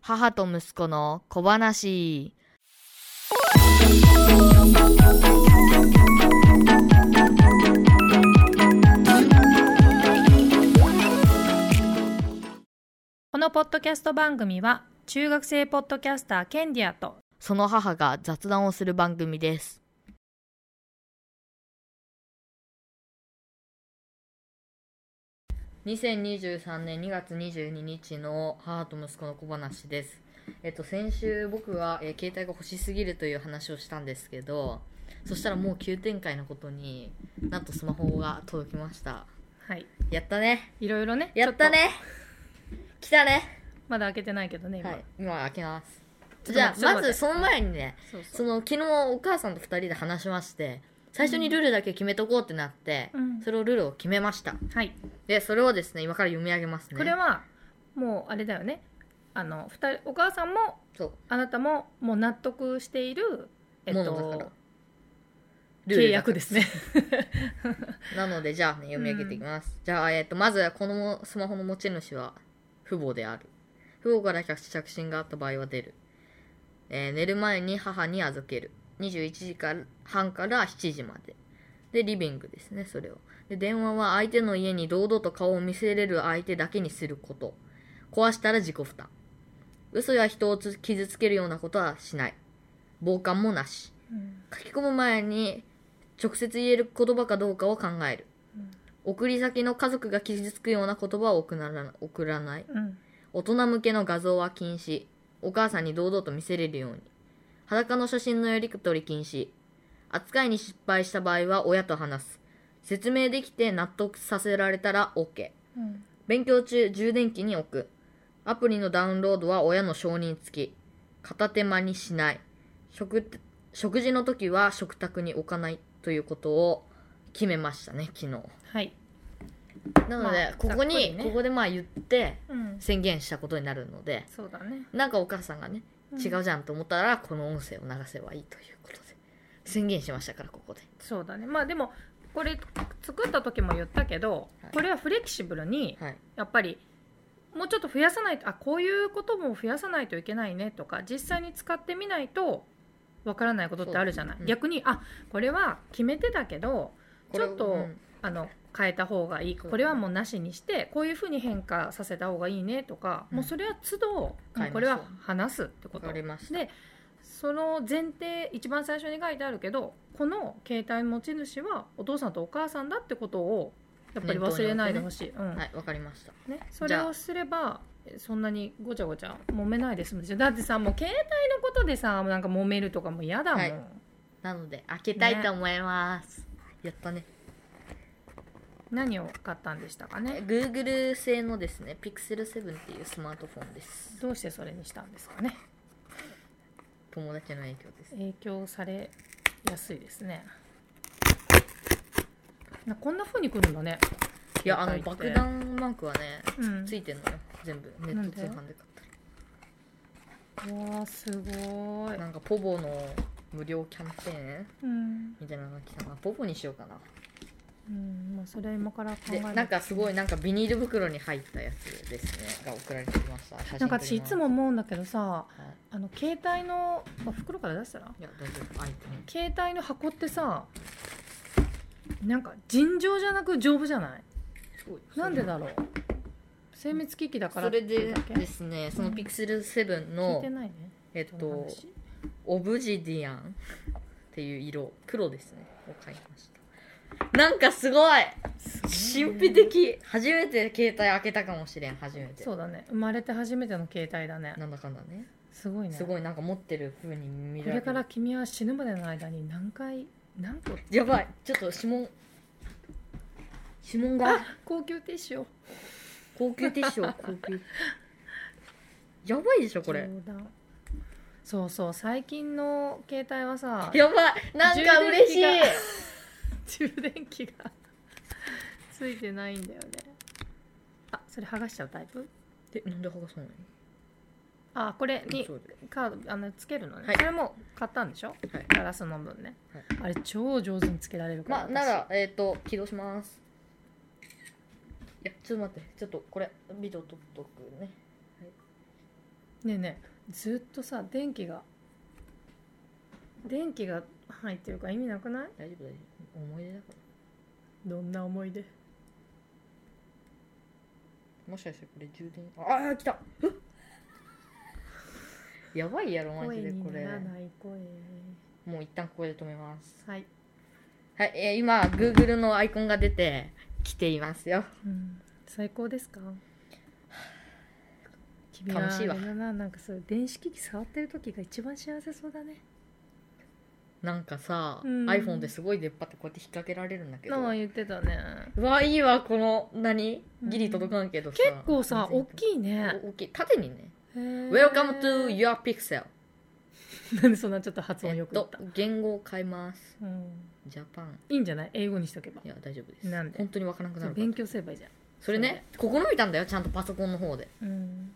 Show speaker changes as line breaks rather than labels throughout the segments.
母と息子の小話。
このポッドキャスト番組は中学生ポッドキャスターケンディアと
その母が雑談をする番組です。2023年2月22日の母と息子の小話です。えっと、先週僕は、えー携帯が欲しすぎるという話をしたんですけど、そしたらもう急展開のことになんとスマホが届きました。
はい
やったね
いろいろね
やったね来たね
ちょっとまだ開けてないけどね今、
はい、今開けます。
ちょっと
じゃあ、
ちょっと
ま
待って
ずその前にね、
そうそ
そうの昨日お母さんと2人で話しまして最初にルールだけ決めとこうってなって、
うん
それをルールを決めました
はい
でそれをですね今から読み上げますね
これはもうあれだよねあの二人お母さんも
そう
あなたももう納得しているえっ
ものだか
と
らルールだ
契
か
約
ら
ですね
なのでじゃあね読み上げていきます、じゃあ、えっとまずこのスマホの持ち主は父母である父母から着信があった場合は出る、えー寝る前に母に預ける21時から半から7時まででリビングですねそれをで電話は相手の家に堂々と顔を見せれる相手だけにすること壊したら自己負担嘘や人をつ傷つけるようなことはしない傍観もなし
うん
書き込む前に直接言える言葉かどうかを考える、
うん
送り先の家族が傷つくような言葉を送らな送らない
うん
大人向けの画像は禁止お母さんに堂々と見せれるように裸の写真のやり取り禁止扱いに失敗した場合は親と話す説明できて納得させられたら OK
うん
勉強中充電器に置くアプリのダウンロードは親の承認付き片手間にしない食食事の時は食卓に置かないということを決めましたね昨日
はい、
なので、
まあ
ここに
ざっくりね
ここでまあ言って
うん、
宣言したことになるので
そうだね、
なんかお母さんがね
ん
違うじゃんと思ったら、この音声を流せばいいということで宣言しましたからここで
そうだねまあでもこれ作った時も言ったけど、
はい
これはフレキシブルに
はい
やっぱりもうちょっと増やさないとあこういうことも増やさないといけないねとか実際に使ってみないとわからないことってあるじゃない、
そうですねうん
逆にあこれは決めてたけど
これ
ちょっと
うん
あの変えた方がいい
そう
これはもうなしにしてこういうふうに変化させた方がいいねとか、
うん
もうそれは都度
変えましょう
もうこれは話すってこ
わ
と
かりました
でその前提一番最初に書いてあるけどこの携帯持ち主はお父さんとお母さんだってことをやっぱり忘れないでほしい、うん
はいわかりました
ね、それをすればえそんなにごちゃごちゃ揉めないですもんだってさもう携帯のことでさなんか揉めるとかも嫌だもん、
はいなので開けたいと思います、やったね
何を買ったんでしたかね
Google 製のですね Pixel7 っていうスマートフォンです
どうしてそれにしたんですかね
友達の影響です
影響されやすいですねなこんな風に来るんだね
いやあの
携帯っ
爆
て
弾マークはね
うん
ついてんのよ全部ネット通販で買っ
うわすご
た
い
なんかポボの無料キャンペーン
うん、
みたいなのが来たなポボにしようかな
うん、まあそれは今から考え
で
る
なんかすごいなんかビニール袋に入ったやつですねが送られてきました写真撮り
なんか私いつ
ま
も
す
思うんだけどさ
はい
あの携帯のあ袋から出したら
いや大丈夫開いてね
携帯の箱ってさなんか尋常じゃなく丈夫じゃない
すごい
なんでだろう精密機器だから
それで
だけ
で
聞
すねその
うん
Pixel7
い
の
てないね
えっ
その
と
話
オブジディアンっていう色黒ですねを買いましたなんかすごい
すごい
神
ね
秘的初めて携帯開けたかもしれん初めて
そうだね生まれて初めての携帯だね
なんだかんだね
すごいね
すごいなんか持ってる風に見
こ
られ
れ
る
から君は死ぬまでの間に何回何個
やばいちょっと指紋指紋が
高級ティッシュを
高級ティッシュを高 級やばいでしょこれ
冗談そうそう最近の携帯はさ
やばいなんか嬉しい
充電器充電器がついてないんだよねあそれ剥がしちゃうタイプ
えなんで剥がさない
あこれ
の
に
そうで
カードあのつけるのね、
はい
それも買ったんでしょ、
はい
ガラスの分ね、あれ超上手につけられるから
まあならえっ、と起動しますいやちょっと待ってちょっとこれビデオ撮っとくね
私ねえねえずっとさ電気が電気が入ってるから意味なくない
大丈夫大丈夫思い出だか
どんな思い出
らもしかしてこれ充電ああ来たうっやばいやろマ
声
ジでこ
にな
れ
らない声
もう一旦ここで止めます
はい、
はい、えー今 Google のアイコンが出てきていますよ
うん、最高ですか 君
楽しいわ
あれだななんかそう電子機器触ってる時が一番幸せそうだね
なんかさ、
うん
iPhone ですごい出っ張ってこうやって引っ掛けられるんだけど
ああ言ってたね
うわいいわこの何ギリ届かんけどさ、
結構さ大
い
きいね
大きい縦にね
へー
Welcome to your pixel
なんでそんなちょっと発
え
音
っ
よく言っ
と
た、
言語を変えます
うん、
ジャパン
いいんじゃない英語にしとけば
いや大丈夫です
なんで
本当にわからなくな
そう
るから
勉強すればいいじゃん
それねここの見たんだよちゃんとパソコンの方で
うん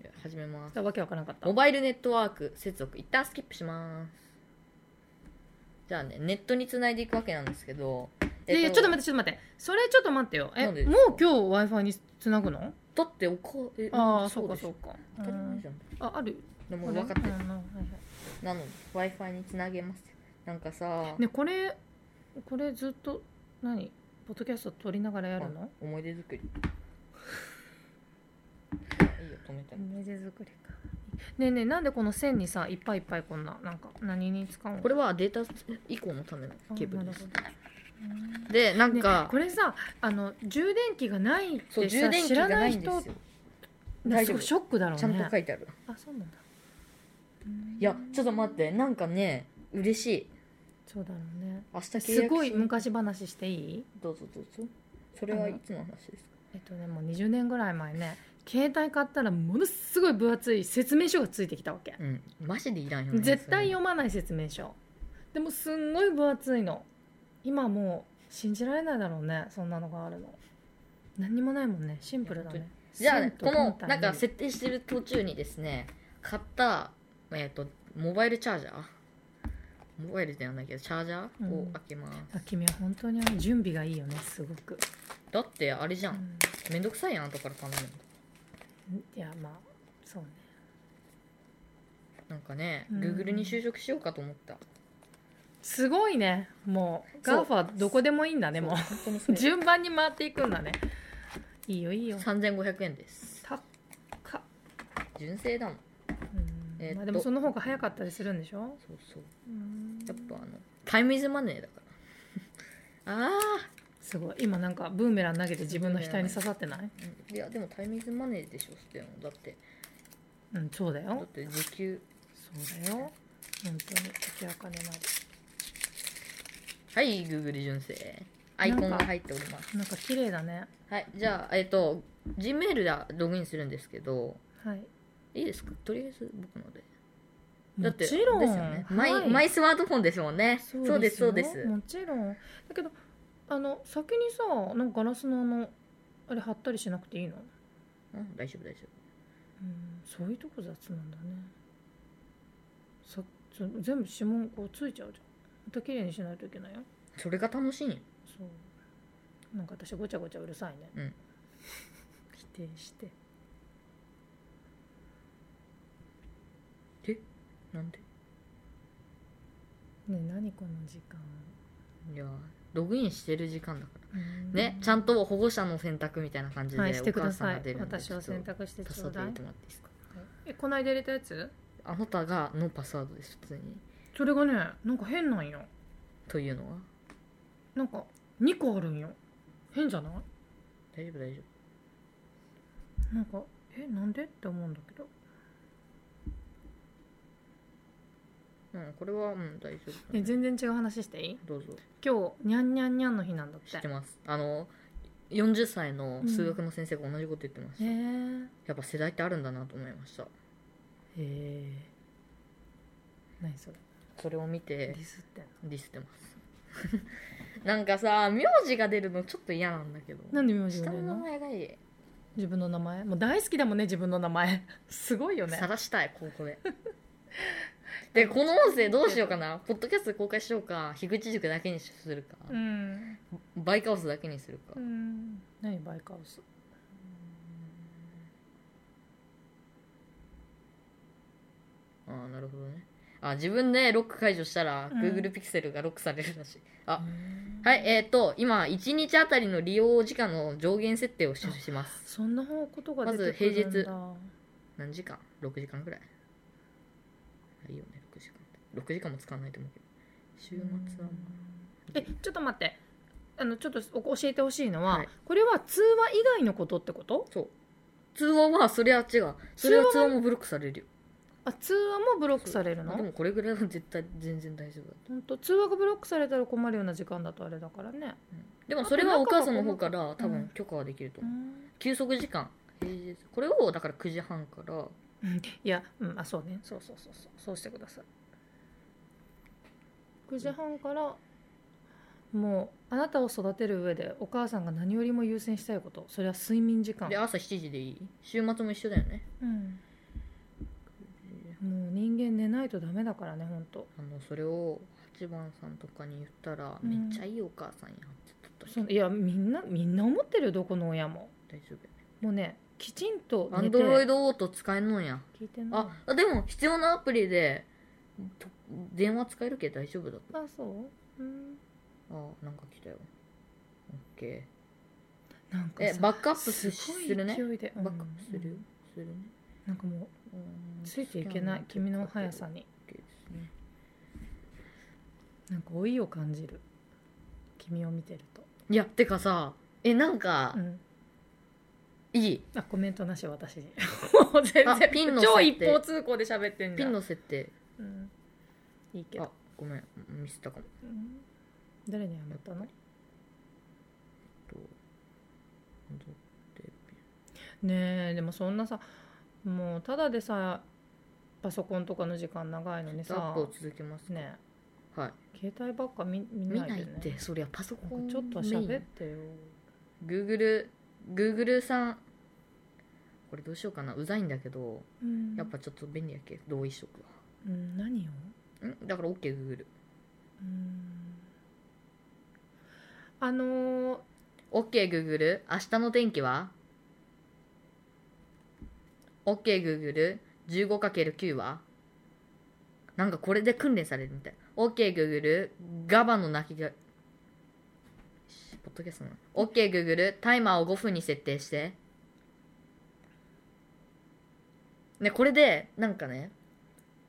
いや始めます
わけわからなかった
モバイルネットワーク接続一旦スキップしますじゃあねネットにつないでいくわけなんですけど
いやいやちょっと
待って
待ってちょっと待ってそれちょっと待ってよえ
な
も
ん
う
で
今日 w i f i につなぐの
だっておかえ
ああ
そ
そうう
で
か
しょ
そうか
当たり前じゃん
うんあある
でも分かってる
うんうんはいはい
なので w i f i につなげますなんかさ、
ねこれこれずっと何ポッドキャスト撮りながらやるの
思い出作りいいよ止めたの
思い出作りかねえねえなんでこの線にさいっぱいいっぱいこんななんか何に使うの
これはデータ以降のためのケーブルです
あなるほ
でな
ど
ん
ね
か、
これさあの充電器がないって
そう
さ
充電器
知
が
ら
な
ないい
んで
人
すよ
なんかすごいショックだろうね
ちゃんと書いてある
あそうなんだうん
いやちょっと待ってなんかね嬉しい
そうだろうね
明日契約
すごい
し
昔話していい
どうぞどうぞそれはいつの話ですか
えっとねもう20年ぐらい前ね携帯買ったらものすごい分厚い説明書がついてきたわけ
うんマジでいらんよね
絶対
そ
読まない説明書でもすんごい分厚いの今もう信じられないだろうねそんなのがあるの何にもないもんねシンプルだね
れじゃあ、ね、
線と
この
本体
なん
の
か
み
設定してる途中にですね買ったえっ、とモバイルチャージャーモバイルではないけどチャージャーを開けます、
あ君は本当に準備がいいよねすごく、
だってあれじゃ
うんん
めんどくさいやん後から頼むの
いやまあそうね
なんかね、
うん
Google に就職しようかと思った
すごいねもう
そう
ガーファどこでもいいんだね
そう
も
本当にそうれ
順番に回っていくんだねいいよいいよ
3500円です
たっか、
純正だもん
うん
えーっと
まあ、でもその方が早かったりするんでしょ
そうそう
うん
やっぱあのタイムイズマネーだからあ
すごい今なんかブーメラン投げて自分の額に刺さってない
あ、うんいやでもタイムイズマネーでしょ捨てるのだって
うんそうだ
だっ
よ
て時給
そうだよ本当に時は金な
はい Google 純正アイコンが入っております
りなんか綺麗だね
はいじゃあえっ、と Gmail でログインするんですけど
はい
いいですかとりあえず僕のでだ
も
って
ちろん
ですよねマイ,、
はい
マイスマートフォンですもんねそうです
よ
そうです
もちろんだけどあの先にさなんかガラスのあのあれ貼ったりしなくていいの
うん大丈夫大丈
うんそういうとこ雑なんだねさそ全部指紋こうついちゃうじゃんまた綺麗にしないといけないよ
夫それが楽しいんよ
そうなんか私ごちゃごちゃうるさいね、
うん
否定して
なんで
ね何この時間
いやログインしてる時間だからねちゃんと保護者の選択みたいな感じで、
はいして
お
く
母
だ
さん
さ
が出
い
るんで
私を
ちょっ
選
と
択して
パ
ち
ス
ょ
ワー
う
ド入
だい
れてもらっていいですか
えこないだ入れたやつ
あなたがのパスワードです普通に
それがねなんか変なんよ
というのは
なんか2個あるんよ変じゃない
大丈夫大丈
なんかえなんでって思うんだけど
夫うんこれはうん大丈夫、
ね全然違う話していい
どうぞ
今日にゃんにゃんにゃんの日なんだっ
知ってて
へ
ますあの40歳の数学の先生が同じこと言ってました、
え
やっぱ世代ってあるんだなと思いました
へえ何それ
それを見
デ
て
ィスってんの
ディスってます なんかさ名字が出るのちょっと嫌なんだけど
なんで名字が
下
出
の名
るの
前がいい
自分の名前もう大好きだもんね自分の名前 すごいよね
晒したいここで でこの音声どうしようかなポッドキャストで公開しようか樋口塾だけにするか、
うん
バイカオスだけにするか、
うん何バイカオス
ああなるほどねあ自分でロック解除したら
うん
Google ピクセルがロックされるらしい、あはいえっ、と今1日あたりの利用時間の上限設定をしし ます
そんなことが
まず
出てくるんだ
平何時間 ?6 時間くらいいいよね6時間って6時間も使わないと思うけど週末はま
えちょっと待ってあのちょっとお教えてほしいのは、
はい
これは通話以外のことってこと
あそう通話はそりゃ違うそれは通話もブロックされるよ
あ通話もブロックされる
まあで
の
もこれぐらいは絶対全然大丈夫だ
本当通話がブロックされたら困るような時間だとあれだからね、
でもそれはお母さんの方か
う
ら
ん
多分許可はできると
う
思う、
ん
休息時間平日これをだから9時半から
いや、うん、あそうねそうそうそうそうそうしてください9時半からもうあなたを育てる上でお母さんが何よりも優先したいことそれは睡眠時間
で朝7時でいい週末も一緒だよね
うんもう人間寝ないとダメだからね本当
あのそれを八番さんとかに言ったら、
うん
めっちゃいいお母さんやんって言った
そいやみんなみんな思ってるよどこの親も
大丈夫
もうねきちんと
ア
寝
ン
て
ドロイドオート使えんのんや
聞いてない
ああでも必要なアプリでと電話使えるけ大丈夫だと
あそううん
あなんか来たよオッケ
なんか
ーえ
さ
バックアップ
す
す
ごい
するね
勢いで、うん
バックアップするよするね
なんかも
うん
うついていけない君の速さに
オッケーですね
なんか老いを感じる君を見てると、
いやてかさえなんか、
うん、
いい
あコメントなし私にもう全
あ
然
ピンの設
超
定
一方通行で喋ってんじ
ピ
ゃん
ンの設定
うん、いいけ
あ
ど、
ごめんミスったかも
うん、誰にやめたの
と戻って
ねえでもそんなさもうただでさパソコンとかの時間長いのに
タッ
さ
プを続けます
ね
はい
え携帯ばっか見見
見
ない
な
で
い
ね
ってそりゃパソコ
な
ン
んかちょっと
メイ
喋っ
ン
てよ
Google Google さんこれどうしようかなうざいんだけど
うん
やっぱちょっと便利やけ同意しとく
うん何を
わんだから OKGoogle
うんあのー
OKGoogle 明日の天気は ?OKGoogle15×9 はなんかこれで訓練されるみたい OKGoogle ガバの鳴きがしポッドキャストな OKGoogle タイマーを5分に設定してねこれでなんかね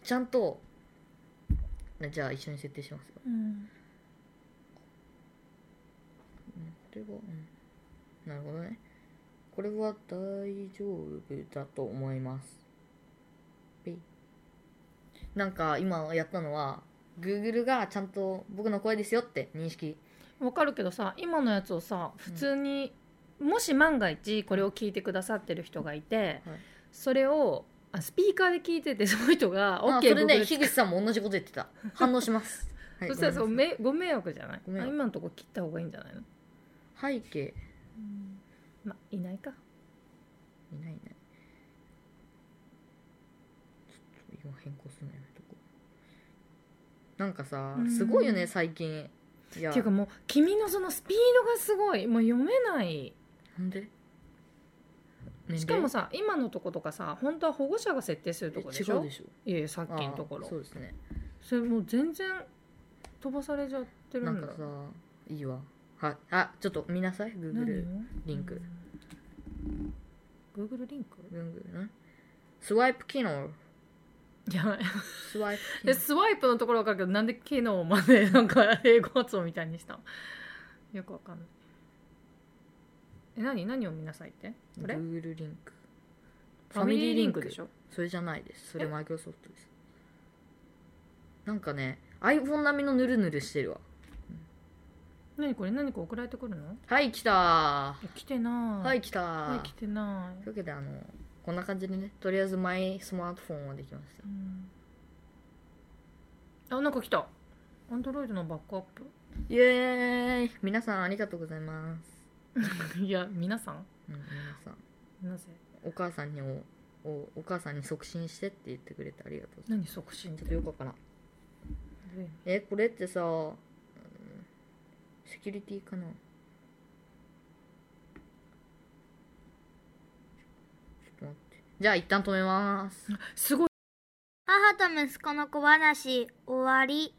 ちゃんとねじゃあ一緒に設定しますよ
うん
うんこれは、うん、なるほどね。これは大丈夫だと思います。ペイなんか今やったのは、Google がちゃんと僕の声ですよって認識。
わかるけどさ今のやつをさ普通に、もし万が一これを聞いてくださってる人がいて、
はい
それをあスピーカーで聞いててその人が
あ
OK
それね、
Google 使
樋
っ
口さんも同じこと言ってた。反応し ます。はい
そしたらそう
ごめんな
めご迷惑じゃない
ご迷
あ
惑
今のとこ切った方がいいんじゃないの、
さい背景、
まあいないか
いないいない。ちょっと今変更するのやめとこう。なんかさ
う、ん
すごいよね、最近。いや
っていうか、もう君のそのスピードがすごいもう読めない
なんで
しかもさ今のとことかさ本当は保護者が設定するとこでし
違う
ょ
でしょ
いやいやさっ
あ
きのところ
そうですね
それもう全然飛ばされちゃってる
なん
ん
か
だ
さいいわはいあちょっと見なさい Google
何を
リンク。
Google リンク
Google んスワイプ機能
いや、
スワイプ
で
機能
スワイプのところわかるけど、なんで機能まで なんか英語発音みたいにしたのよくわかんない。え、何何を見なさいってこれ
Google リンク
ファミリーリンクでし
ょ
ょ
それじゃないですそれ
え
マイクロソフトですなんかね iPhone 並みのヌルヌルしてるわ
何これ何か送られてくるの
はい来た
え、来てな
ー
い。
はい来たー
はい、来てな
とい
い。
うわけであのこんな感じでねとりあえずマイスマートフォンはできました
うんあ、なんか来た。アンドロイドのバックアッ
イエーイ皆さんありがとうございます、
プ。 いや、皆さん
うん、皆さん
なぜ
お母さんにおおお母さんに促進してって言ってくれてありがとうございま
何促進っ
すち
て
ょっとよくわからんえこれってさ、うんセキュリティかなちょっと待ってじゃあ一旦止めます
すごい
母と息子の小話終わり